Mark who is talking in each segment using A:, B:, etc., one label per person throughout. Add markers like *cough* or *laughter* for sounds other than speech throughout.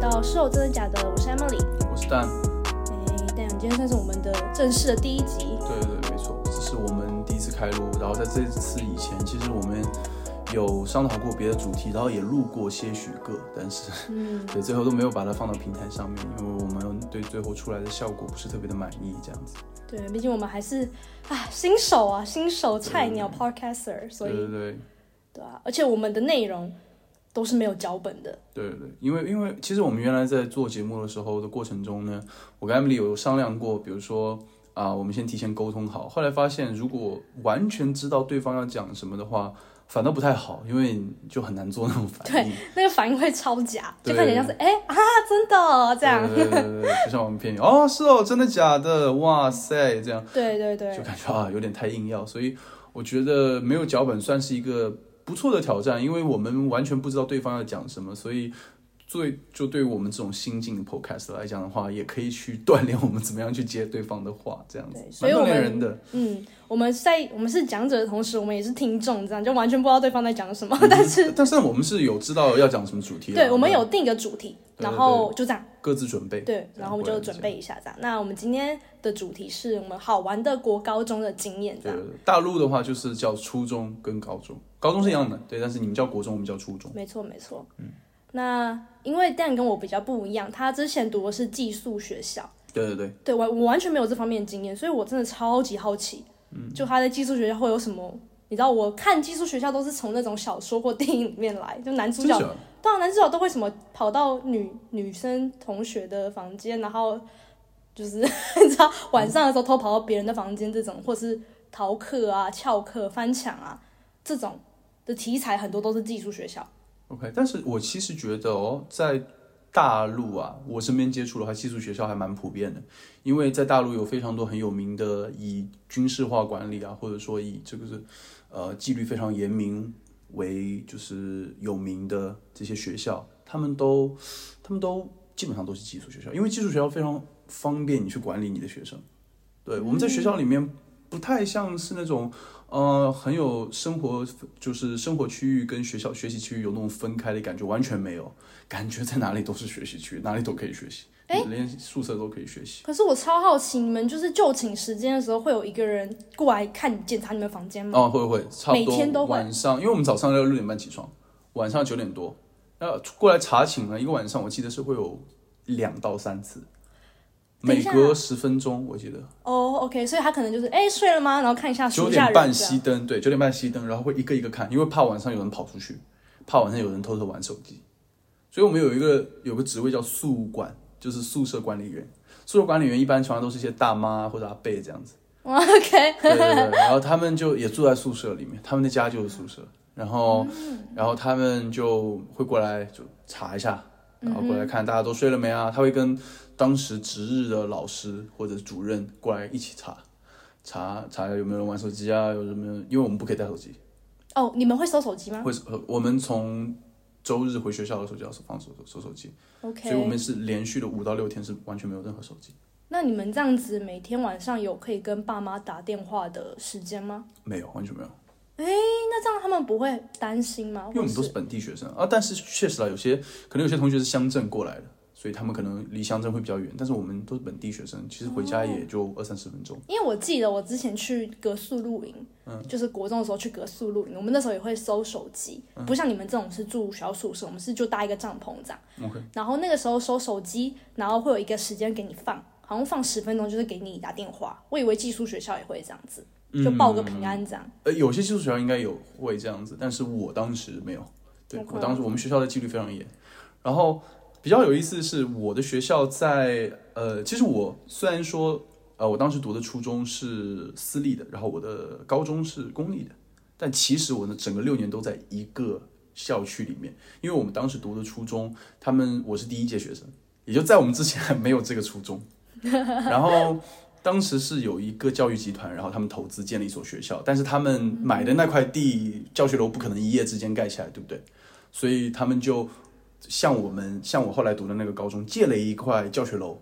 A: 到《瘦真的假的》，我是 Emily。
B: 我是蛋。
A: 哎，但今天算是我们的正式的第一集，
B: 对对对，没错，这是我们第一次开录，然后在这次以前，其实我们有商讨过别的主题，然后也录过些许个，但是
A: 嗯，
B: *laughs* 对最后都没有把它放到平台上面，因为我们对最后出来的效果不是特别的满意，这样子。
A: 对，毕竟我们还是啊新手啊，新手菜鸟 Podcaster，所
B: 对对
A: 以
B: 对。
A: 嗯对啊，而且我们的内容都是没有脚本的，
B: 对对对，因为因为其实我们原来在做节目的时候的过程中呢，我跟 Emily 有商量过，比如说啊，我们先提前沟通好。后来发现，如果完全知道对方要讲什么的话，反倒不太好，因为就很难做那种反应。
A: 那个反应会超假，就
B: 对
A: 看起来像是哎啊真的哦这样，
B: 对对对对，就像我们骗你 *laughs* 哦，是哦，真的假的？哇塞，这样
A: 对对对
B: 就感觉啊有点太硬要，所以我觉得没有脚本算是一个不错的挑战，因为我们完全不知道对方要讲什么，所以最就对于我们这种新进的 podcast 来讲的话，也可以去锻炼我们怎么样去接对方的话，这样子
A: 对，所
B: 蛮
A: 以我
B: 锻
A: 们
B: 炼人
A: *laughs*
B: 的。
A: 嗯，我们在我们是讲者的同时，我们也是听众，这样就完全不知道对方在讲什么， *laughs* 但是
B: 但是我们是有知道要讲什么主题
A: 嗯
B: 的，
A: 对我们有定一个主题，
B: 对
A: 然
B: 对
A: 后就这样。
B: 各自准备，
A: 对，
B: 这样
A: 然后我们
B: 过
A: 就
B: 来就
A: 准
B: 行
A: 备一下这样。那我们今天的主题是我们好玩的国高中的经验这
B: 对
A: 样。
B: 大陆的话就是叫初中跟高中，高中是一样的，对，但是你们叫国中，我们叫初中。
A: 没错，没错。嗯。那因为 Dan 跟我比较不一样，他之前读的是寄宿学校，
B: 对对对，
A: 对我我完全没有这方面的经验，所以我真的超级好奇，嗯，就他在寄宿学校会有什么？你知道，我看寄宿学校都是从那种小说或电影里面来，就男主
B: 真
A: 角
B: 的假的
A: 当然，男主角都会什么跑到女女生同学的房间，然后就是 *laughs* 你知道晚上的时候偷跑到别人的房间这种，或是逃课啊、翘课、翻墙啊这种的题材，很多都是寄宿学校。
B: OK，但是我其实觉得哦，在大陆啊，我身边接触的话，寄宿学校还蛮普遍的，因为在大陆有非常多很有名的以军事化管理啊，或者说以这个是呃纪律非常严明为就是有名的这些学校，他们都他们都基本上都是寄宿学校，因为寄宿学校非常方便你去管理你的学生。对，我们在学校里面不太像是那种呃很有生活就是生活区域跟学校学习区域有那种分开的感觉，完全没有，感觉在哪里都是学习区，哪里都可以学习，
A: 哎
B: 连宿舍都可以学习。
A: 可是我超好奇，你们就是就寝时间的时候，会有一个人过来看你检查你们房间吗？
B: 哦，会会，差不
A: 嗯每
B: 多。
A: 天都会
B: 晚上，因为我们早上要六点半起床，晚上九点多，那过来查寝呢，一个晚上我记得是会有两到三次，
A: 等一
B: 每
A: 下
B: 隔十分钟，我记得
A: 哦、o k 所以他可能就是哎、睡了吗？然后看一下
B: 九
A: 书架
B: 点
A: 人
B: 半
A: 这样
B: 熄灯，对，九点半熄灯，然后会一个一个看，因为怕晚上有人跑出去，怕晚上有人偷偷玩手机，所以我们有一个有个职位叫宿管，就是宿舍管理员。宿舍管理员一般常常都是一些大妈或者阿伯这样子。
A: 哇，OK， *laughs*
B: 对对对，然后他们就也住在宿舍里面，他们的家就是宿舍，然后、然后他们就会过来就查一下，然后过来看大家都睡了没啊，他会跟当时值日的老师或者主任过来一起查，查查有没有人玩手机啊，有什么，因为我们不可以带手机，
A: 哦你们会收手机吗
B: 会呃我们从周日回学校的时候就要放手收手机，所以我
A: ？OK，
B: 们是连续的五到六天是完全没有任何手机，
A: 那你们这样子每天晚上有可以跟爸妈打电话的时间吗？
B: 没有完全没有。
A: 那这样他们不会担心吗？
B: 因为我们都
A: 或哦
B: 是
A: 是
B: 本地学生啊，但是确实啦，有些可能有些同学是乡镇过来的，所以他们可能离乡镇会比较远，但是我们都是本地学生，其实回家也就二三十分钟。
A: 因为我记得我之前去格宿露营，
B: 嗯
A: 就是国中的时候去格宿露营，我们那时候也会收手机，
B: 嗯
A: 不像你们这种是住小宿舍，我们是就搭一个帐篷这样。
B: OK，
A: 然后那个时候收手机，然后会有一个时间给你放，好像放十分钟就是给你打电话。我以为寄宿学校也会这样子，就报个平安这样。
B: 呃，有些寄宿学校应该有会这样子，但是我当时没有。对
A: OK
B: 我当时我们学校的纪律非常严，然后比较有意思的是，我的学校在呃，其实我虽然说呃，我当时读的初中是私立的，然后我的高中是公立的，但其实我的整个六年都在一个校区里面，因为我们当时读的初中，他们我是第一届学生，也就在我们之前还没有这个初中， *laughs* 然后。当时是有一个教育集团，然后他们投资建立一所学校，但是他们买的那块地，教学楼不可能一夜之间盖起来，对不对？所以他们就向我们，向我后来读的那个高中借了一块教学楼，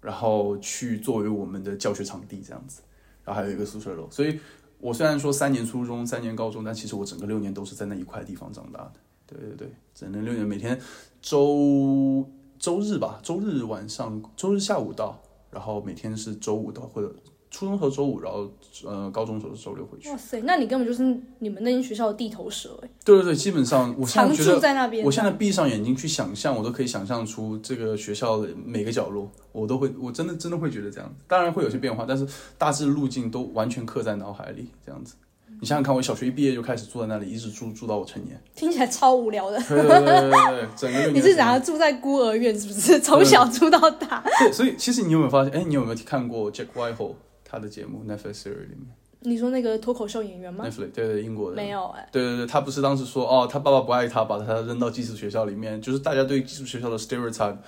B: 然后去作为我们的教学场地这样子，然后还有一个宿舍楼。所以我虽然说三年初中、三年高中，但其实我整个六年都是在那一块地方长大的。对对对，整个六年每天周周日吧，周日晚上，周日下午到，然后每天是周五到，或者初中时候周五，然后呃高中时候是周六回去。
A: 哇塞，那你根本就是你们那间学校的地头蛇哎、
B: 对对对，基本上我现
A: 常
B: 在觉
A: *laughs*
B: 得 *laughs*
A: 住在那边。
B: 我现在闭上眼睛去想象，我都可以想象出这个学校的每个角落，我都会，我真的真的会觉得这样子。当然会有些变化，但是大致路径都完全刻在脑海里，这样子。你想想看，我小学一毕业就开始住在那里，一直住住到我成年。 *laughs*
A: 听起来超无聊的。
B: 对对对对对对，整个六年
A: 你是
B: 时间
A: 想要住在孤儿院是不是？ *laughs* 从小住到大，
B: 对，所以其实你有没有发现？哎，你有没有看过 Jack Whitehall 他的节目 Netflix series 里面
A: 你说那个脱口秀演员吗？
B: ？Netflix 对对，英国的。
A: 没有哎、
B: 对对对，他不是当时说哦，他爸爸不爱他，把他扔到寄宿学校里面，就是大家对寄宿学校的 stereotype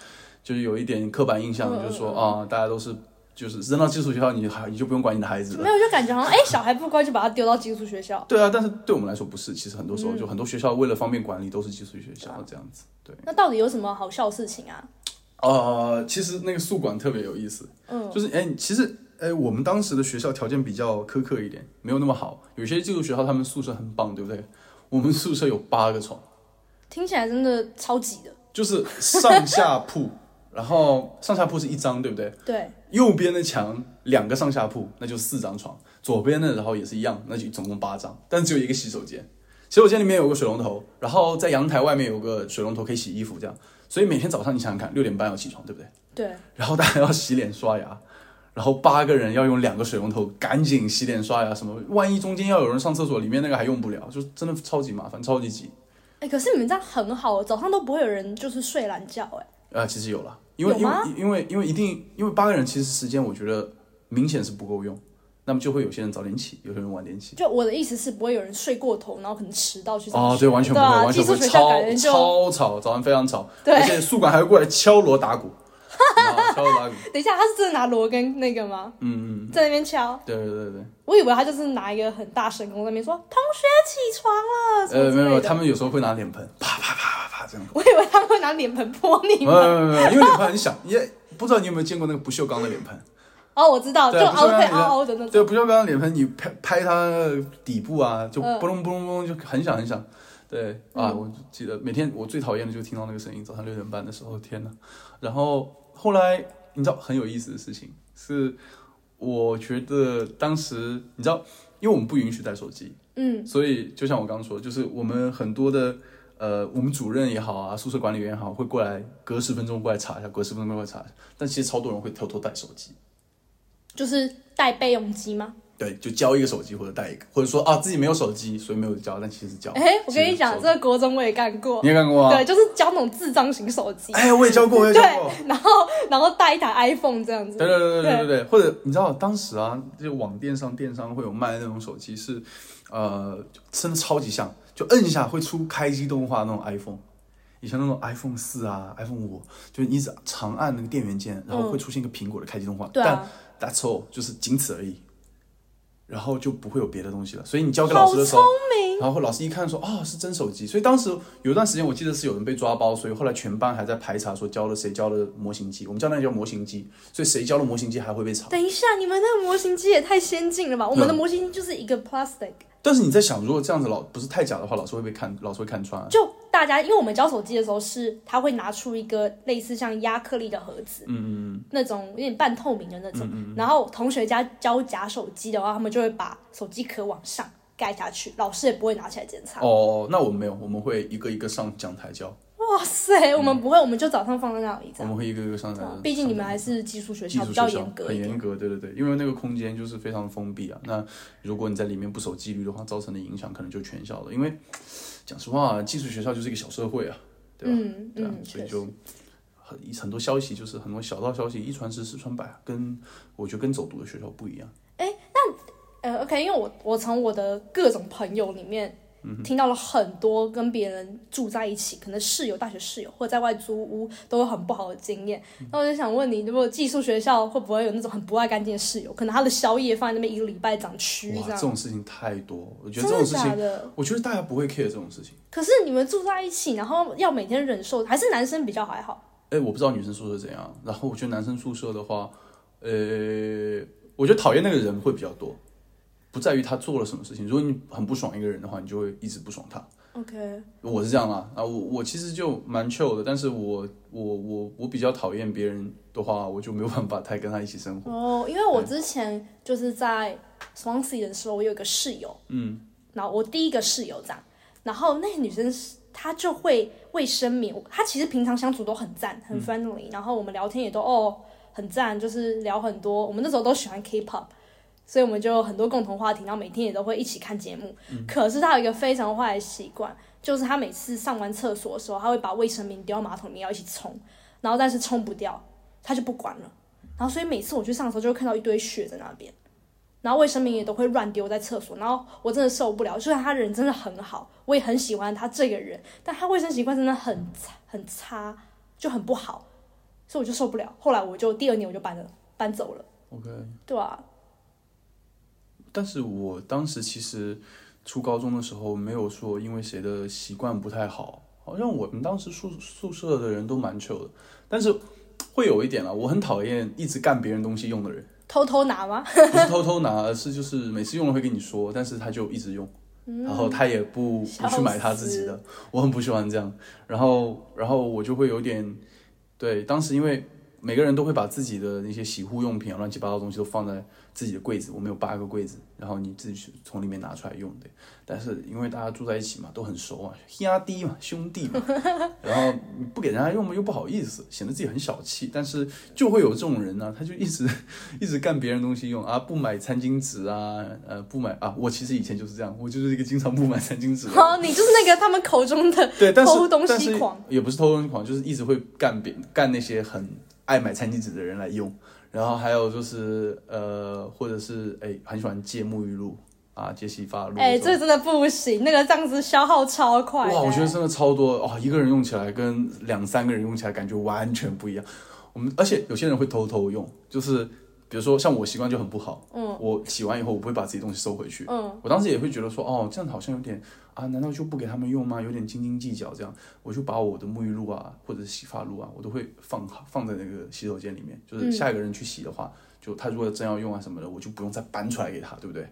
B: 就是有一点刻板印象，
A: 嗯
B: 就是说啊、大家都是就是扔到寄宿学校，你还你就不用管你的孩子了
A: 没。有，就感觉好像哎、小孩不乖就把他丢到寄宿学校。
B: 对啊，但是对我们来说不是，其实很多时候就很多学校为了方便管理都是寄宿学校这样子。对，
A: 那到底有什么好笑的事情啊？
B: 呃，其实那个宿管特别有意思，
A: 嗯，
B: 就是哎，其实哎，我们当时的学校条件比较苛刻一点，没有那么好。有些寄宿学校他们宿舍很棒，对不对？我们宿舍有八个床。
A: 听起来真的超级的。
B: 就是上下铺， *laughs* 然后上下铺是一张，对不对？
A: 对，
B: 右边的墙两个上下铺，那就四张床；左边的然后也是一样，那就总共八张，但只有一个洗手间。洗手间里面有个水龙头，然后在阳台外面有个水龙头可以洗衣服，这样。所以每天早上你想想看，六点半要起床，对不对？
A: 对，
B: 然后大家要洗脸刷牙，然后八个人要用两个水龙头，赶紧洗脸刷牙什么，万一中间要有人上厕所，里面那个还用不了，就真的超级麻烦，超级挤。
A: 哎、可是你们这样很好，哦早上都不会有人就是睡懒觉哎、
B: 呃，其实有了，因为
A: 有
B: 因为
A: 吗
B: 因为因为一定因为八个人其实时间我觉得明显是不够用，那么就会有些人早点起，有些人晚点起。
A: 就我的意思是不会有人睡过头，然后可能迟到去上学。
B: 哦，对，完全不
A: 对
B: 会，
A: 啊
B: 完全不会，
A: 寄宿学校
B: 超
A: 感觉就
B: 超吵，早上非常吵，
A: 对
B: 而且宿管还会过来敲锣打鼓， *laughs* 啊敲锣打鼓，
A: 等一下，他是真的拿锣跟那个吗？
B: 嗯嗯，
A: 在那边敲，
B: 对对对对，
A: 我以为他就是拿一个很大声公在那边说“同学起床了”什么
B: 呃，
A: 之
B: 没有，没
A: 类
B: 有，
A: 的。
B: 他们有时候会拿脸盆，啪啪啪啪啪这样，
A: 我以为他们会拿脸盆泼你
B: 没有
A: 们。
B: 没有没有，因为脸盆很小，也不知道你有没有见过那个不锈钢的脸盆，
A: 哦，我知道，就
B: 对啊不
A: 凹
B: 锈钢
A: 会
B: 脸
A: 凹凹的那种。
B: 对，不锈钢脸盆，你拍拍它底部啊，就
A: 嗯
B: 嘣隆嘣隆嘣隆，就很响很响。对啊，我记得每天我最讨厌的就是听到那个声音，早上六点半的时候，天哪！然后后来你知道很有意思的事情是，我觉得当时你知道，因为我们不允许带手机，
A: 嗯，
B: 所以就像我刚刚说的，就是我们很多的呃，我们主任也好啊，宿舍管理员也好，会过来隔十分钟过来查一下，隔十分钟过来查一下。但其实超多人会偷偷带手机。
A: 就是带备用机吗？
B: 对，就交一个手机或者带一个，或者说啊自己没有手机，所以没有交，但其实交。
A: 哎、我跟你讲，
B: 其
A: 这
B: 实有手
A: 个国中我也干过
B: 机，你也干过吗？
A: 对，就是教那种智障型手机，
B: 哎，我也交过，我也交过。
A: 对，然后然后带一台 iPhone 这样子
B: 对，对对对对对对，或者你知道当时啊，就网店上电商会有卖那种手机是，呃，真的超级像，就摁一下会出开机动画那种 iPhone，以前那种 iPhone 四啊，iPhone 五，就你一直长按那个电源键，然后会出现一个苹果的开机动画，
A: 对啊
B: 但 That's all，就是仅此而已，然后就不会有别的东西了。所以你交给老
A: 好
B: 师的时
A: 聪
B: 候，
A: 明，
B: 然后老师一看说，哦，是真手机。所以当时有一段时间，我记得是有人被抓包，所以后来全班还在排查说交了谁交了模型机，我们叫那个叫模型机，所以谁交了模型机还会被查。
A: 等一下，你们那个模型机也太先进了吧？我们的
B: 嗯
A: 模型机就是一个 plastic，
B: 但是你在想，如果这样子老不是太假的话，老师会被看，老师会看穿啊、
A: 就大家因为我们教手机的时候是，他会拿出一个类似像亚克力的盒子，
B: 嗯嗯嗯
A: 那种有点半透明的那种。然后同学家教假手机的话，他们就会把手机壳往上盖下去，老师也不会拿起来检查。
B: 嗯。哦，那我们没有，我们会一个一个上讲台教，
A: 哇塞，我们不会，我们就早上放在那里这
B: 我
A: 样。
B: 们会一个一个上台
A: 对啊。毕竟你们还是寄宿学
B: 嗯技
A: 校，
B: 术
A: 比
B: 学
A: 较
B: 校
A: 严格
B: 很
A: 一点。
B: 严格，对对对，因为那个空间就是非常封闭啊。那如果你在里面不守纪律的话，造成的影响可能就全校了。因为讲实话、啊，技术学校就是一个小社会啊，对吧？
A: 嗯
B: 对啊，
A: 嗯，
B: 所
A: 确
B: 以
A: 实。
B: 就很很多消息就是很多小道消息，一传十，十传百啊，跟我觉得跟走读的学校不一样。
A: 呃，OK，因为我我从我的各种朋友里面。
B: 嗯
A: 听到了很多跟别人住在一起，可能室友、大学室友或者在外租屋都有很不好的经验。
B: 嗯
A: 那我就想问你，如果寄宿学校会不会有那种很不爱干净的室友？可能他的宵夜放在那边一个礼拜长蛆
B: 哇，
A: 这
B: 这
A: 样，
B: 种事情太多，我觉得
A: 真
B: 这
A: 的
B: 种事
A: 假
B: 情，
A: 的？
B: 我觉得大家不会 care 这种事情。
A: 可是你们住在一起，然后要每天忍受，还是男生比较还好。
B: 哎，我不知道女生宿舍怎样，然后我觉得男生宿舍的话，呃，我觉得讨厌那个人会比较多，不在于他做了什么事情。如果你很不爽一个人的话，你就会一直不爽他。
A: OK，
B: 我是这样啦，啊，我我其实就蛮 chill 的，但是我我我我比较讨厌别人的话，我就没有办法太跟他一起生活。
A: 哦，因为我之前就是在 Swansea 的时候，我有一个室友，
B: 嗯，
A: 然后我第一个室友这样，然后那个女生是她就会卫生棉，她其实平常相处都很赞，
B: 嗯
A: 很 friendly，、然后我们聊天也都哦很赞，就是聊很多，我们那时候都喜欢 K-pop。所以我们就有很多共同话题，然后每天也都会一起看节目。
B: 嗯
A: 可是她有一个非常坏的习惯，就是她每次上完厕所的时候，她会把卫生棉丢到马桶里面要一起冲，然后但是冲不掉，她就不管了。然后所以每次我去上的时候，就会看到一堆血在那边，然后卫生棉也都会乱丢在厕所，然后我真的受不了。虽然他人真的很好，我也很喜欢他这个人，但他卫生习惯真的很差很差，就很不好，所以我就受不了。后来我就第二年我就搬了，搬走了，
B: OK，
A: 对啊，
B: 但是我当时其实初高中的时候没有说因为谁的习惯不太好，好像我们当时宿宿舍的人都蛮 chill 的，但是会有一点啦，我很讨厌一直干别人东西用的人，
A: 偷偷拿吗？
B: 不是偷偷拿，而是就是每次用了会跟你说，但是他就一直用。然后他也不
A: 笑
B: 不去买他自己的，我很不喜欢这样。然后，然后我就会有点，对，当时因为每个人都会把自己的那些洗护用品啊、乱七八糟的东西都放在自己的柜子，我们有八个柜子，然后你自己去从里面拿出来用对。但是因为大家住在一起嘛，都很熟啊，压低嘛，兄弟嘛， *laughs* 然后你不给人家用嘛，又不好意思，显得自己很小气。但是就会有这种人呢、他就一直 *laughs* 一直干别人东西用啊，不买餐巾纸啊，呃，不买啊，我其实以前就是这样，我就是一个经常不买餐巾纸的人。
A: 哦，你就是那个他们口中的
B: 对，但是
A: 偷东
B: 但
A: 西
B: 是
A: 狂
B: 也不是偷东西狂，就是一直会干别干那些很爱买餐巾纸的人来用。然后还有就是呃，或者是哎，很喜欢借沐浴露啊，借洗发露种。
A: 哎、这真的不行，那个这样子消耗超快欸的。
B: 哇，我觉得真的超多哦！一个人用起来跟两三个人用起来感觉完全不一样。我们而且有些人会偷偷用，就是比如说像我习惯就很不好，嗯，我洗完以后我不会把自己东西收回去，嗯，我当时也会觉得说，哦，这样好像有点啊，难道就不给他们用吗？有点斤斤计较这样，我就把我的沐浴露啊或者是洗发露啊，我都会放好放在那个洗手间里面，
A: 嗯
B: 就是下一个人去洗的话，就他如果真要用啊什么的，我就不用再搬出来给他，对不对？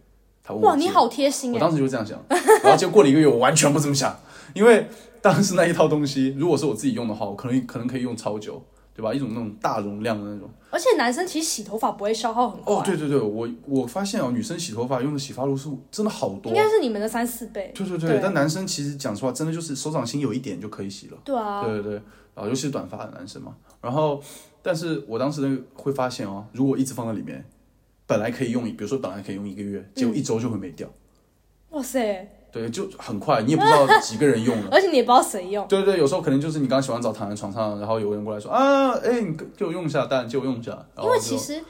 B: 他问我
A: 哇，你
B: 借
A: 好贴心
B: 我
A: 哎、
B: 当时就这样想， *laughs* 然后结果过了一个月，我完全不这么想，因为当时那一套东西，如果是我自己用的话，我可能可能可以用超久，对吧？一种那种大容量的那种。
A: 而且男生其实洗头发不会消耗很快，
B: 哦，对对对，我我发现哦，女生洗头发用的洗发露是真的好多
A: 应。该是你们的三四倍。
B: 对对对，
A: 对
B: 但男生其实讲实话，真的就是手掌心有一点就可以洗了。
A: 对啊，
B: 对对对，啊，尤其是短发的男生嘛。然后，但是我当时那个会发现哦，如果一直放在里面，本来可以用，比如说本来可以用一个月，
A: 嗯
B: 结果一周就会没掉。
A: 哇塞，
B: 对，就很快，你也不知道几个人用了。
A: 而且你也不知道谁用。
B: 对对对，有时候可能就是你刚洗完澡躺在床上，然后有人过来说啊，哎，你借我用一下，当然借我用一下。
A: 因
B: 然后
A: 为
B: 就
A: 其实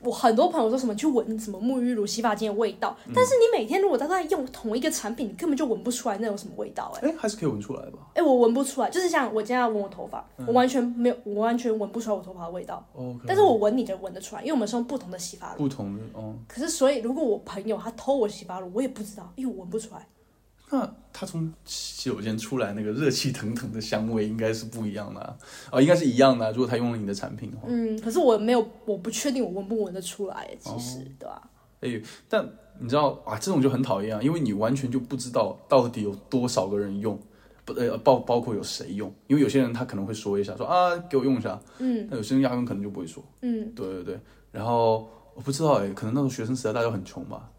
A: 我很多朋友说什么去闻什么沐浴乳、洗发精的味道，
B: 嗯
A: 但是你每天如果都在用同一个产品，你根本就闻不出来那有什么味道哎、
B: 哎还是可以闻出来吧。
A: 哎、我闻不出来，就是像我今天要闻我头发，
B: 嗯
A: 我完全没有，我完全闻不出来我头发的味道。
B: OK，
A: 但是我闻你的闻得出来，因为我们是用不同的洗发露。
B: 不同的哦，
A: 可是所以如果我朋友他偷我洗发露，我也不知道，因为我闻不出来。
B: 哦那他从洗手间出来那个热气腾腾的香味应该是不一样的啊，啊应该是一样的啊、如果他用了你的产品的话，
A: 嗯，可是我没有，我不确定我闻不闻得出来哎，其实、
B: 哦
A: 对吧、
B: 但你知道啊，这种就很讨厌啊，因为你完全就不知道到底有多少个人用。不呃包包括有谁用，因为有些人他可能会说一下，说啊给我用一下，
A: 嗯，
B: 那有些人压根可能就不会说，
A: 嗯，
B: 对对对，然后我不知道哎，可能那时候学生时代大家都很穷吧，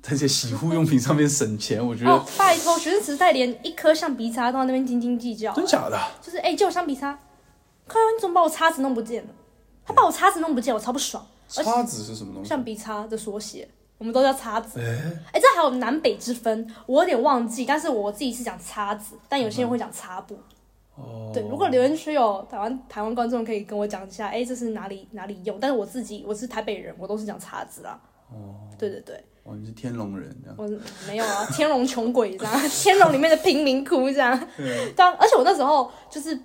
B: 在这些洗护用品上面省钱，我觉得、
A: 哦，拜托，学生时代连一颗橡皮擦都要那边斤斤计较，
B: 真假的啊，
A: 就是哎、借我橡皮擦，快点，你怎么把我叉子弄不见了？他把我叉子弄不见，我超不爽。
B: 叉子是什么东西？
A: 橡皮擦的缩写，我们都叫叉子。哎、这还有南北之分，我有点忘记，但是我自己是讲叉子，但有些人会讲擦布。
B: 哦，
A: 对，如果留言区有台湾台湾观众可以跟我讲一下，哎、这是哪里哪里用？但是我自己我是台北人，我都是讲叉子啦。哦，对对对，
B: 哦你是天龙人这样，
A: 我没有啊，天龙穷鬼这样， *laughs* 天龙里面的贫民窟这样。
B: 啊
A: 当而且我那时候就是，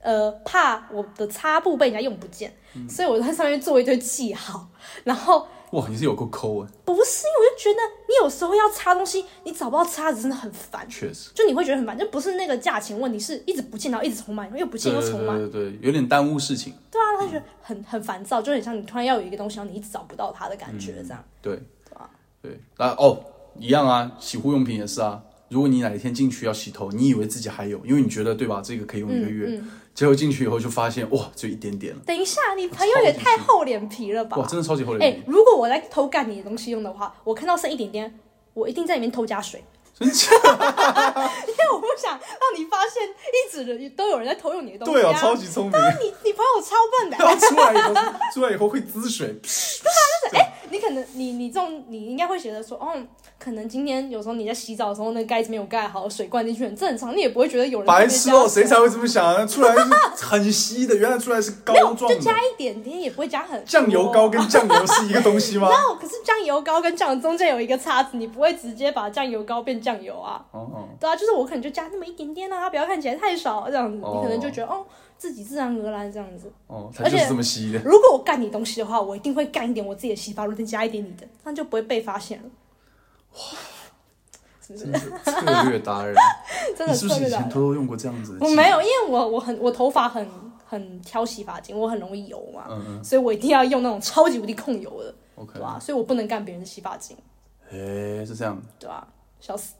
A: 呃，怕我的擦布被人家用不见，
B: 嗯
A: 所以我在上面做一堆记号。然后
B: 哇你是有够抠哎，
A: 不是，因为我就觉得你有时候要擦东西，你找不到擦子真的很烦，
B: 确实，
A: 就你会觉得很烦，就不是那个价钱问题，是一直不见，然后一直重买，又不见
B: 对
A: 又
B: 对
A: 重买。
B: 对对嗯对，有点耽误事情，
A: 对啊，他觉得很很烦躁，就很像你突然要有一个东西，然后你一直找不
B: 嗯
A: 到它的感觉这样。
B: 对
A: 对啊
B: 对，啊哦一样啊，洗护用品也是啊，如果你哪一天进去要洗头，你以为自己还有，因为你觉得对吧？这个可以用一个月，
A: 嗯
B: 结果进去以后就发现哇，就一点点了，
A: 等一下，你朋友也太厚脸皮了吧
B: 哇，？真的超级厚
A: 哎、
B: 脸皮，
A: 如果我在偷干你的东西用的话，我看到剩一点点，我一定在里面偷加水，
B: 真假？
A: 因为我不想让你发现一直的都有人在偷用你的东西、
B: 对
A: 啊。
B: 哦，超级聪明。 *laughs*
A: 你你朋友超笨的、
B: 然后出来以后，出来以后会滋水，
A: 你可能你你这种你应该会觉得说，哦，可能今天有时候你在洗澡的时候，那个盖子没有盖好，水灌进去很正常，你也不会觉得有人
B: 白
A: 特别
B: 痴
A: 加
B: 哦，
A: 水
B: 谁才会这么想啊？出来是很稀的，原来出来是膏
A: *laughs* 没有
B: 状
A: 就
B: 的
A: 加。一点点，也不会加很多啊
B: 酱油膏。跟酱油是一个东西吗？
A: 哦，可是酱油膏跟酱油中间有一个叉子，你不会直接把酱油膏变酱油啊？
B: 哦哦，
A: 对啊，就是我可能就加那么一点点啊，不要看起来太少这样子，
B: 哦
A: 你可能就觉得哦，自己自然而然这样子。
B: 哦，它就是这么稀的。
A: 如果我干你东西的话，我一定会干一点我自己的洗发露，再加一点你的，这样就不会被发现了。
B: 真的策略达人，
A: *laughs* 真的
B: 你是不
A: 特
B: 是
A: 别
B: 以
A: 懒
B: 前。偷偷用过这样子的？
A: 我没。有，因为我我很我头发很很挑洗发精，我很容易油嘛，
B: 嗯嗯
A: 所以我一定要用那种超级无敌控油的，
B: ，OK
A: 对。吧、所以我不能干别人的洗发精，
B: 哎，是这样。
A: 对吧、笑死！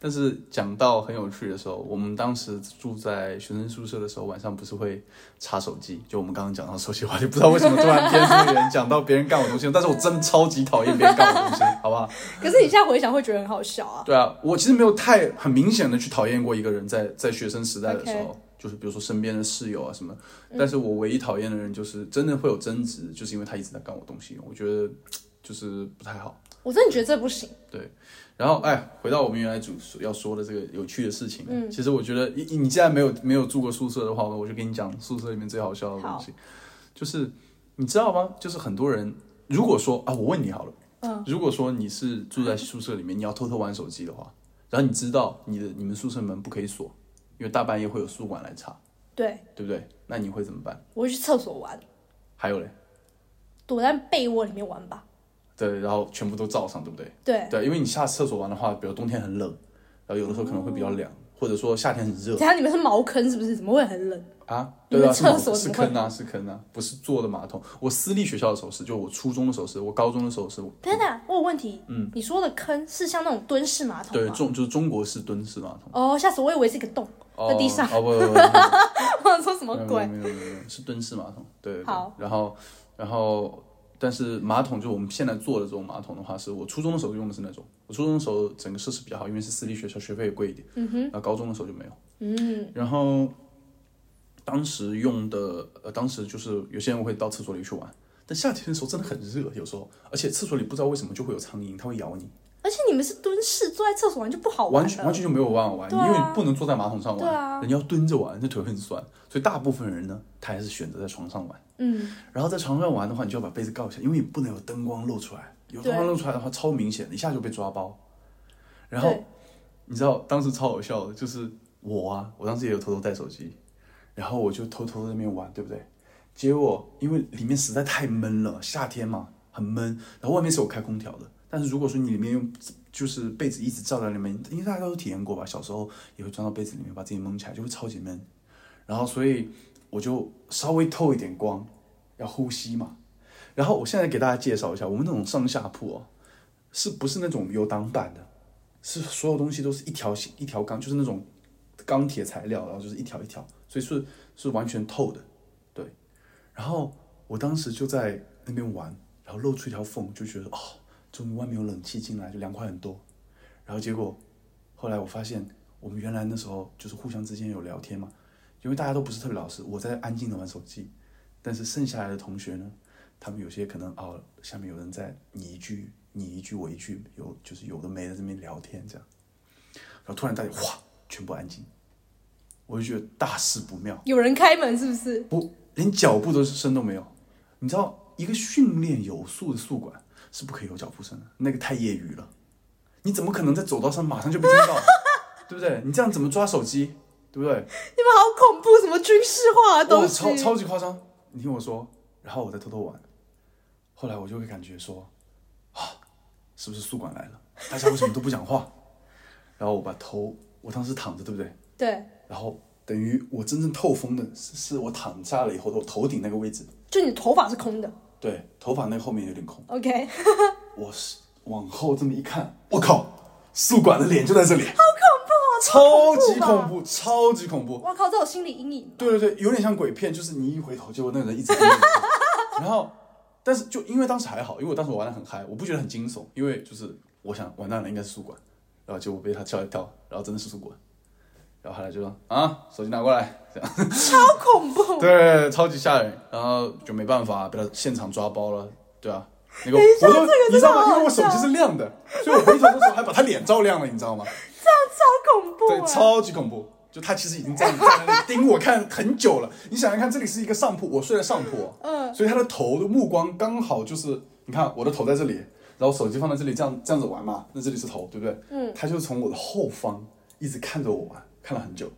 B: 但是讲到很有趣的时候，我们当时住在学生宿舍的时候，晚上不是会查手机？就我们刚刚讲到手机话题，不知道为什么突然间这个人讲到别人干我东西，但是我真的超级讨厌别人干我东西，好不好？
A: 可是你现在回想会觉得很好笑啊。
B: 对啊，我其实没有太很明显的去讨厌过一个人在，在学生时代的时候就是比如说身边的室友啊什么，但是我唯一讨厌的人就是真的会有争执，就是因为他一直在干我东西，我觉得就是不太好。
A: 我真的觉得这不行，
B: 然后哎，回到我们原来主要说的这个有趣的事情，嗯，其实我觉得你你既然没有没有住过宿舍的话，我就跟你讲宿舍里面最好笑的东西，就是你知道吗？就是很多人如果说啊，我问你好了，嗯，如果说你是住在宿舍里面，你要偷偷玩手机的话，然后你知道你的你们宿舍门不可以锁，因为大半夜会有宿管来查，
A: 对
B: 对不对？那你会怎么办？
A: 我会去厕所玩，
B: 还有嘞，
A: 躲在被窝里面玩吧。
B: 对，然后全部都罩上，对不对？
A: 对，
B: 对，因为你下厕所玩的话，比如冬天很冷，然后有的时候可能会比较凉，或者说夏天很热。
A: 等一下你们是茅坑是不是？怎么会很冷？
B: 啊，
A: 你
B: 对啊，
A: 们
B: 是马
A: 厕所
B: 是
A: 怎么
B: 坑啊，是坑啊，不是坐的马桶。我私立学校的时候是，就我初中的时候是，我高中的时候是，
A: 等等，我有问题。嗯，你说的坑是像那种蹲式马桶
B: 对
A: 吗？
B: 中就是中国式蹲式马桶，
A: 哦，吓死我，我以为是一个洞，在地上。 *laughs*
B: 哦不不不不不
A: 我说什么
B: 没有
A: 鬼？
B: 没有没有没有没有，是蹲式马桶。对，对
A: 好。
B: 然后，然后，但是马桶就我们现在坐的这种马桶的话，是我初中的时候用的是那种。我初中的时候整个设施比较好，因为是私立学校，学费也贵一点。嗯哼。然后高中的时候就没有。嗯。然后，当时用的，呃，当时就是有些人会到厕所里去玩。但夏天的时候真的很热，有时候，而且厕所里不知道为什么就会有苍蝇，它会咬你，
A: 而且你们是蹲式，坐在厕所玩就不好玩
B: 完
A: 了。
B: 全完全就没有办法玩，
A: 对啊
B: 因为你不能坐在马桶上玩，
A: 对啊
B: 人家要蹲着玩，那腿会很酸，所以大部分人呢，他还是选择在床上玩。
A: 嗯，
B: 然后在床上玩的话，你就要把被子盖起来，因为你不能有灯光露出来，有灯光露出来的话超明显，一下就被抓包。然后
A: 对
B: 你知道当时超好笑的，就是我啊，我当时也有偷偷带手机，然后我就偷偷在那边玩，对不对？结果因为里面实在太闷了，夏天嘛很闷，然后外面是有开空调的，但是如果说你里面用就是被子一直罩在里面，因为大家都体验过吧，小时候也会钻到被子里面把自己蒙起来，就会超级闷。然后所以我就稍微透一点光，要呼吸嘛。然后我现在给大家介绍一下，我们那种上下铺哦，是不是那种有挡板的？是所有东西都是一条一条钢，就是那种钢铁材料，然后就是一条一条，所以是是完全透的，对。然后我当时就在那边玩，然后露出一条缝，就觉得哦，终于外面有冷气进来，就凉快很多。然后结果后来我发现，我们原来那时候就是互相之间有聊天嘛，因为大家都不是特别老实，我在安静的玩手机，但是剩下来的同学呢，他们有些可能哦，下面有人在你一句你一句我一句，有就是有的没的这边聊天这样，然后突然大家哗全部安静，我就觉得大事不妙，
A: 有人开门是不是？
B: 不连脚步的声都没有，你知道一个训练有素的宿管是不可以有脚步声的，那个太业余了，你怎么可能在走道上马上就被听到， *laughs* 对不对？你这样怎么抓手机，对不对？
A: 你们好恐怖，什么军事化的
B: 我
A: 东
B: 超
A: 西？
B: 哦超级夸张。你听我说，然后我再偷偷玩，后来我就会感觉说，啊，是不是宿管来了？大家为什么都不讲话？然后我把头，我当时躺着，对不对？
A: 对，
B: 然后等于我真正透风的是，是我躺下了以后的我头顶那个位置，
A: 就你头发是空的。 *laughs*
B: 对，头发那个后面有点空。
A: OK，
B: 我是往后这么一看，我靠，宿管的脸就在这里，好恐怖，超级恐怖，啊超级恐怖。
A: 我靠，这有心理阴影。
B: 对对对，有点像鬼片，就是你一回头，结果那个人一直盯着你。 *laughs* 然后，但是就因为当时还好，因为我当时玩的很嗨，我不觉得很惊悚，因为就是我想完蛋了，应该是宿管，然后结果被他跳一跳，然后真的是宿管，然后后来就说啊，手机拿过来，这样，
A: 超恐怖！
B: 对，超级吓人，然后就没办法被他现场抓包了，对啊。那个，
A: 等一下
B: 我都
A: 这个
B: 你知道
A: 真的好
B: 吗？因为我
A: 好
B: 手
A: 笑
B: 机是亮的，所以我回头的时候还把他脸照亮了，你知
A: *laughs*
B: 道吗？
A: 超恐怖、
B: 对，
A: 啊！
B: 超级恐怖。就他其实已经站在那里盯我看很久了。你想想看，这里是一个上铺，我睡在上铺，哦
A: 嗯，
B: 所以他的头的目光刚好就是，你看我的头在这里，然后手机放在这里，这样这样子玩嘛，那这里是头，对不对？嗯，他就从我的后方一直看着我玩，看了很久。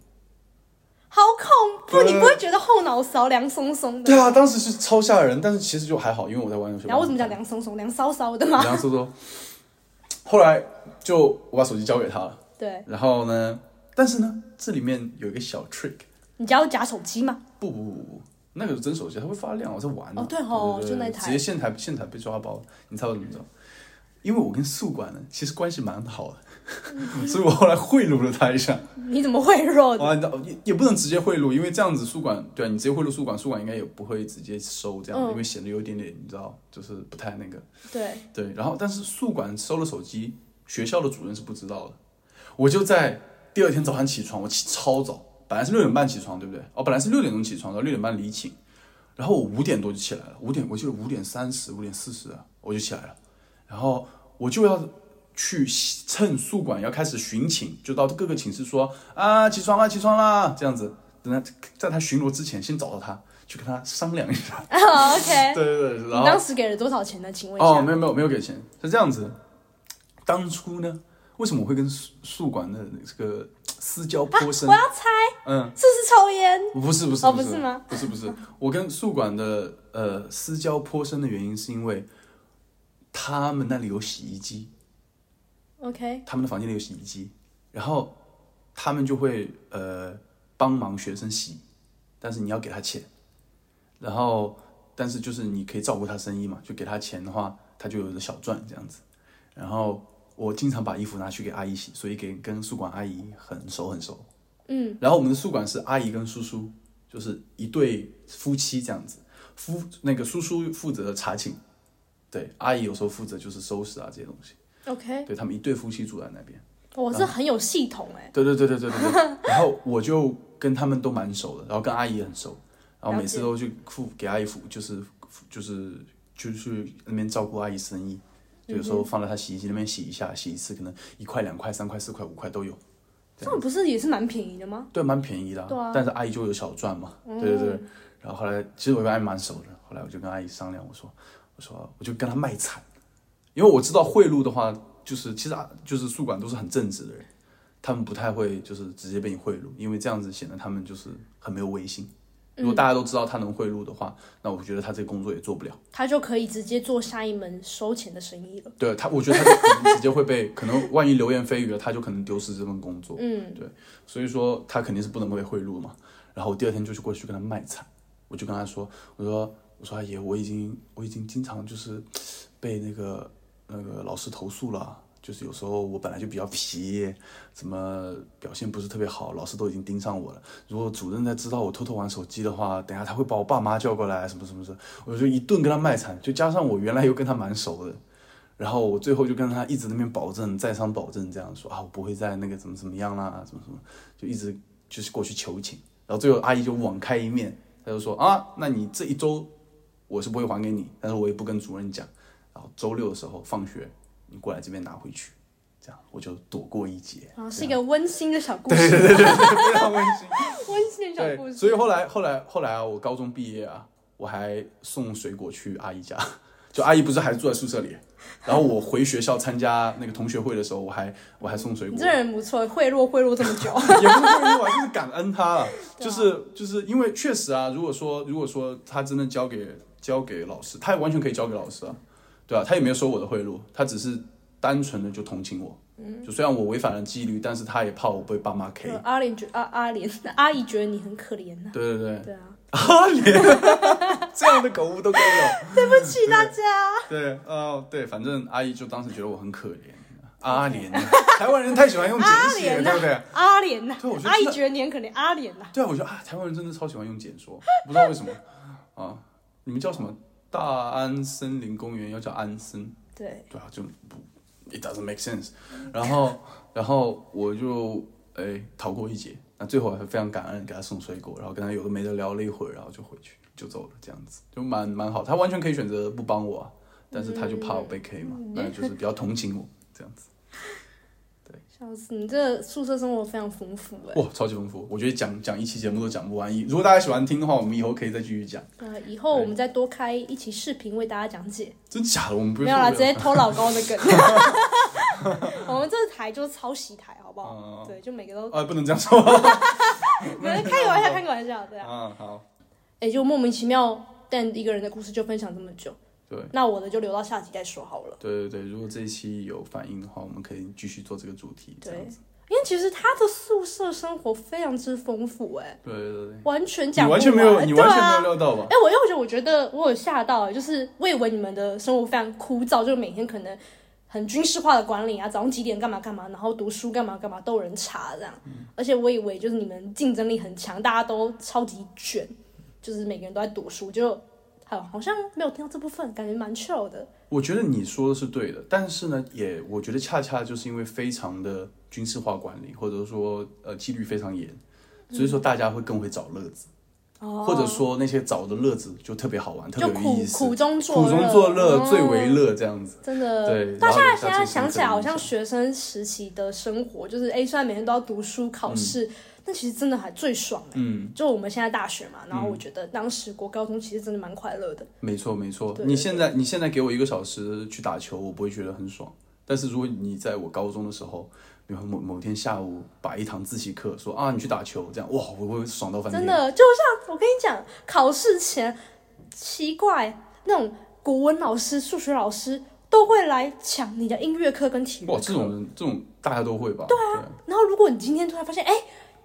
A: 好恐怖！
B: 对
A: 你不会觉得后脑勺凉松松的？
B: 对啊，当时是超吓人，但是其实就还好，因为我在玩游戏。
A: 嗯然后为什么讲凉松松、凉骚骚的
B: 然
A: 嘛？
B: 后说说，后来就我把手机交给他了，
A: 对，
B: 然后呢，但是呢，这里面有一个小 trick，
A: 你家有假手机吗？
B: 不不不不不，那个是真手机，它会发亮，我在玩呢、
A: 哦对吼
B: 对对对
A: 就那台
B: 直接现台现台被抓包了，你猜我怎么着？因为我跟宿管呢，其实关系蛮好的， *laughs* 所以我后来贿赂了他一下。
A: 你怎么会弱的？
B: 啊，你知道也也不能直接贿赂，因为这样子宿管对啊，你直接贿赂宿管，宿管应该也不会直接收这样，
A: 嗯
B: 因为显得有一点点你知道，就是不太那个。
A: 对， *laughs*
B: 对，然后但是宿管收了手机，学校的主任是不知道的。我就在第二天早上起床，我起超早，本来是六点半起床，对不对？哦，本来是六点钟起床，然后六点半离寝，然后我五点多就起来了，五点我记得五点三十、五点四十啊我就起来了，然后我就要去趁宿管要开始巡寝，就到各个寝室说啊起床啦，起床啦这样子。等他在他巡逻之前，先找到他，去跟他商量一下。 *laughs*
A: 啊，OK。
B: 对对对，
A: 你
B: 然后
A: 当时给了多少钱呢？请问一
B: 哦，
A: 下。
B: 没有没有没有给钱，是这样子。当初呢，为什么我会跟宿宿管的这个私交颇深？
A: 啊我要猜
B: 嗯，
A: 是不是抽烟？
B: 不是不是
A: 哦
B: 不
A: 不是吗？
B: 不是不是，我跟宿管的呃私交颇深的原因是因为他们那里有洗衣机，
A: OK，
B: 他们的房间里有洗衣机，然后他们就会呃帮忙学生洗，但是你要给他钱，然后但是就是你可以照顾他生意嘛，就给他钱的话，他就有的小赚这样子。然后我经常把衣服拿去给阿姨洗，所以给跟宿管阿姨很熟很熟。
A: 嗯，
B: 然后我们的宿管是阿姨跟叔叔，就是一对夫妻这样子，夫那个叔叔负责查寝，对，阿姨有时候负责就是收拾啊这些东西。
A: OK，
B: 对他们一对夫妻住在那边。嗯
A: 我是很有系统哎、
B: 对对对对对对 *laughs* 对。然后我就跟他们都蛮熟的，然后跟阿姨也很熟，然后每次
A: 了解
B: 都去付给阿姨付，就是就是就去那边照顾阿姨生意，就有时候放在她洗衣机那边洗一下，洗一次可能一块两块三块四块五块都有，
A: 这种不是也是蛮便宜的吗？
B: 对，蛮便宜的啊、
A: 对啊嗯
B: 但是阿姨就有小赚嘛，对对对。然后后来其实我跟阿姨蛮熟的，后来我就跟阿姨商量，我说我说我就跟她卖惨，因为我知道贿赂的话，就是其实啊就是宿管都是很正直的人，他们不太会就是直接被你贿赂，因为这样子显得他们就是很没有威信。
A: 嗯
B: 如果大家都知道他能贿赂的话，那我觉得他这个工作也做不了。
A: 他就可以直接做下一门收钱的生意了。
B: 对他，我觉得他就可能直接会被，可能万一流言蜚语了，他就可能丢失这份工作。
A: 嗯，
B: 对，所以说他肯定是不能被贿赂嘛。然后我第二天就去过去跟他卖惨，我就跟他说，我说我说阿姨，我已经我已经经常就是被那个那个老师投诉了。就是有时候我本来就比较皮，怎么表现不是特别好，老师都已经盯上我了。如果主任再知道我偷偷玩手机的话，等下他会把我爸妈叫过来，什么什么什么，我就一顿跟他卖惨。就加上我原来又跟他蛮熟的，然后我最后就跟他一直那边保证，再三保证这样说啊，我不会再那个怎么怎么样啦，怎么怎么，就一直就是过去求情。然后最后阿姨就网开一面，她就说啊，那你这一周我是不会还给你，但是我也不跟主任讲。啊然后周六的时候放学，你过来这边拿回去，这样我就躲过一劫。
A: 啊，是一个温馨的小故
B: 对
A: 事，
B: 对对对， *laughs* 对非常温馨。
A: *laughs* 温馨的小故
B: 对，
A: 事。
B: 所以后来后来后来啊，我高中毕业啊，我还送水果去阿姨家，就阿姨不是还住在宿舍里，然后我回学校参加那个同学会的时候，我还我还送水
A: 你
B: 果，
A: 这人不错，贿赂贿赂这么久。 *laughs*
B: 也不是贿赂啊，就是感恩他 *laughs* 了，就是就是因为确实啊，如果说如果说他真的交给交给老师，他也完全可以交给老师啊，对吧、他也没有收我的贿赂，他只是单纯的就同情我，就虽然我违反了纪律，但是他也怕我被爸妈 K，
A: 呃阿莲觉阿阿莲阿姨觉得你很可怜呐、
B: 对对对，
A: 对啊，
B: *laughs* 阿莲这样的狗物都 *laughs* 可以有。哦
A: 对不起大家。
B: 对，哦，对，反正阿姨就当时觉得我很可怜，阿莲， *laughs* 台湾人太喜欢用简写
A: 阿
B: 了，
A: 莲
B: 对
A: 呐
B: 不对？
A: 阿莲呐
B: 对我觉，得
A: 阿姨
B: 真的
A: 觉得你很可怜，阿莲呐，
B: 对啊，我觉得啊，台湾人真的超喜欢用简说，不知道为什么啊。你们叫什么？大安森林公园要叫安森，
A: 对，
B: 对啊，就不，it doesn't make sense。然后，然后我就哎逃过一劫。那最后还非常感恩，给他送水果，然后跟他有的没的聊了一会儿，然后就回去就走了，这样子就蛮蛮好。他完全可以选择不帮我啊，但是他就怕我被 K 嘛，
A: 嗯
B: 那就是比较同情我这样
A: *laughs*
B: 子。
A: 笑死，你这宿舍生活非常丰富哎。
B: 哇，超级丰富！我觉得讲讲一期节目都讲不完。如果大家喜欢听的话，我们以后可以再继续讲。
A: 呃，以
B: 哎
A: 后我们再多开一期视频为大家讲解。
B: 真假的？我们不是
A: 没有啦，
B: 说
A: 直接偷老高的
B: *laughs*
A: 梗。 *laughs* 我们这台就是抄袭台，好不
B: 哦
A: 好？对，就每个都，
B: 啊，不能这样说 *laughs*
A: 没有开个玩笑，开个玩笑，对啊。
B: 啊。好，
A: 哎，就莫名其妙，但一个人的故事就分享这么久，
B: 对
A: 那我的就留到下集再说好了。
B: 对对对，如果这一期有反应的话，我们可以继续做这个主题。这
A: 对
B: 样子，
A: 因为其实他的宿舍生活非常之丰富，哎，
B: 对对对，
A: 完全
B: 你
A: 讲不
B: 完全没有，你完全
A: 对
B: 没有
A: 啊。
B: 料到吧？
A: 哎、我又觉得，我觉得我有吓到，欸就是我以为你们的生活非常枯燥，就是每天可能很军事化的管理啊，早上几点干嘛干嘛，然后读书干嘛干嘛，都有人查这样。
B: 嗯
A: 而且我以为就是你们竞争力很强，大家都超级卷，就是每个人都在读书，就好好像没有听到这部分，感觉蛮 chill 的。
B: 我觉得你说的是对的，但是呢，也我觉得恰恰就是因为非常的军事化管理，或者说呃纪律非常严，所以说大家会更会找乐子，
A: 哦，
B: 或者说那些找的乐子就特别好玩，特
A: 就
B: 别有
A: 苦
B: 意思，
A: 苦中作
B: 苦中作乐，最为
A: 嗯
B: 乐这样子。
A: 真的。
B: 对，
A: 到
B: 然后
A: 现在
B: 有下
A: 现在
B: 次
A: 想
B: 竞
A: 起
B: 争
A: 来，好
B: 力
A: 像学生时期的生活，就是哎，虽然每天都要读书考试，但其实真的还最爽哎。
B: 嗯，
A: 就我们现在大学嘛，然后我觉得当时国高中其实真的蛮快乐的。
B: 没错没错，
A: 对
B: 你现在你现在给我一个小时去打球，我不会觉得很爽。但是如果你在我高中的时候，比方某某天下午把一堂自习课说啊你去打球，这样哇我会爽到翻天。
A: 真的，就像我跟你讲，考试前奇怪那种国文老师、数学老师都会来抢你的音乐课跟体育
B: 哇
A: 课。
B: 这种人这种大家都会吧？对啊，
A: 然后如果你今天突然发现，哎，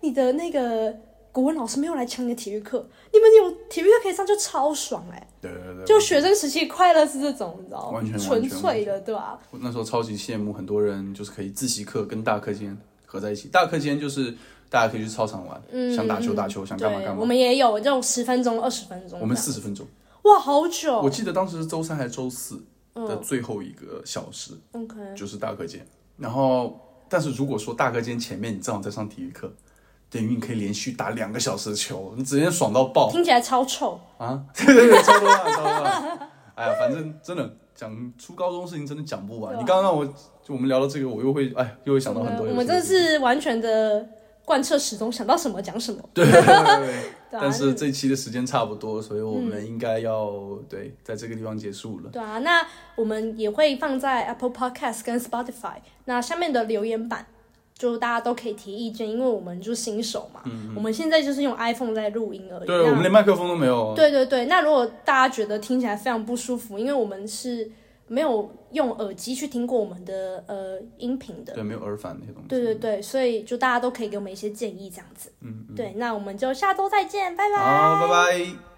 A: 你的那个国文老师没有来抢你的体育课，你们有体育课可以上，就超爽哎、
B: 对对对，
A: 就学生时期快乐是这种，你知道吗？
B: 完全
A: 纯粹的，对吧、
B: 我那时候超级羡慕很多人，就是可以自习课跟大课间合在一起。大课间就是大家可以去操场玩，
A: 嗯，
B: 想打球打球，想干嘛
A: 对
B: 干
A: 我
B: 嘛。
A: 们也有这种十分钟、二十分钟这样。
B: 我们四十分钟，
A: 哇，好久。
B: 我记得当时是周三还是周四的
A: 嗯
B: 最后一个小时，
A: ，OK，
B: 就是大课间。然后，但是如果说大课间前面你正好在上体育课，等于你可以连续打两个小时的球，你直接爽到爆
A: 听起来超臭。
B: 啊！对对 *laughs* 对，超多了，超多了。哎呀，反正真的讲初高中事情真的讲不完。
A: 对啊
B: 你刚刚让我就我们聊到这个，我又会哎，又会想到很多有
A: 我
B: 趣的事情。
A: 们真的是完全的贯彻始终，想到什么讲什么。
B: 对对对对。
A: *laughs* 对啊嗯
B: 但是这期的时间差不多，所以我们应该要、对在这个地方结束了。
A: 对啊，那我们也会放在 Apple Podcast 跟 Spotify。那下面的留言板，就大家都可以提意见，因为我们就是新手嘛，我们现在就是用 iPhone 在录音而已。
B: 嗯对我
A: 那
B: 们连麦克风都没有。哦
A: 对对对，那如果大家觉得听起来非常不舒服，因为我们是没有用耳机去听过我们的呃音频的，
B: 对，没有耳返那些东西。
A: 对对对，所以就大家都可以给我们一些建议这样子。嗯对，那我们就下周再见，拜拜。
B: 嗯好，拜拜。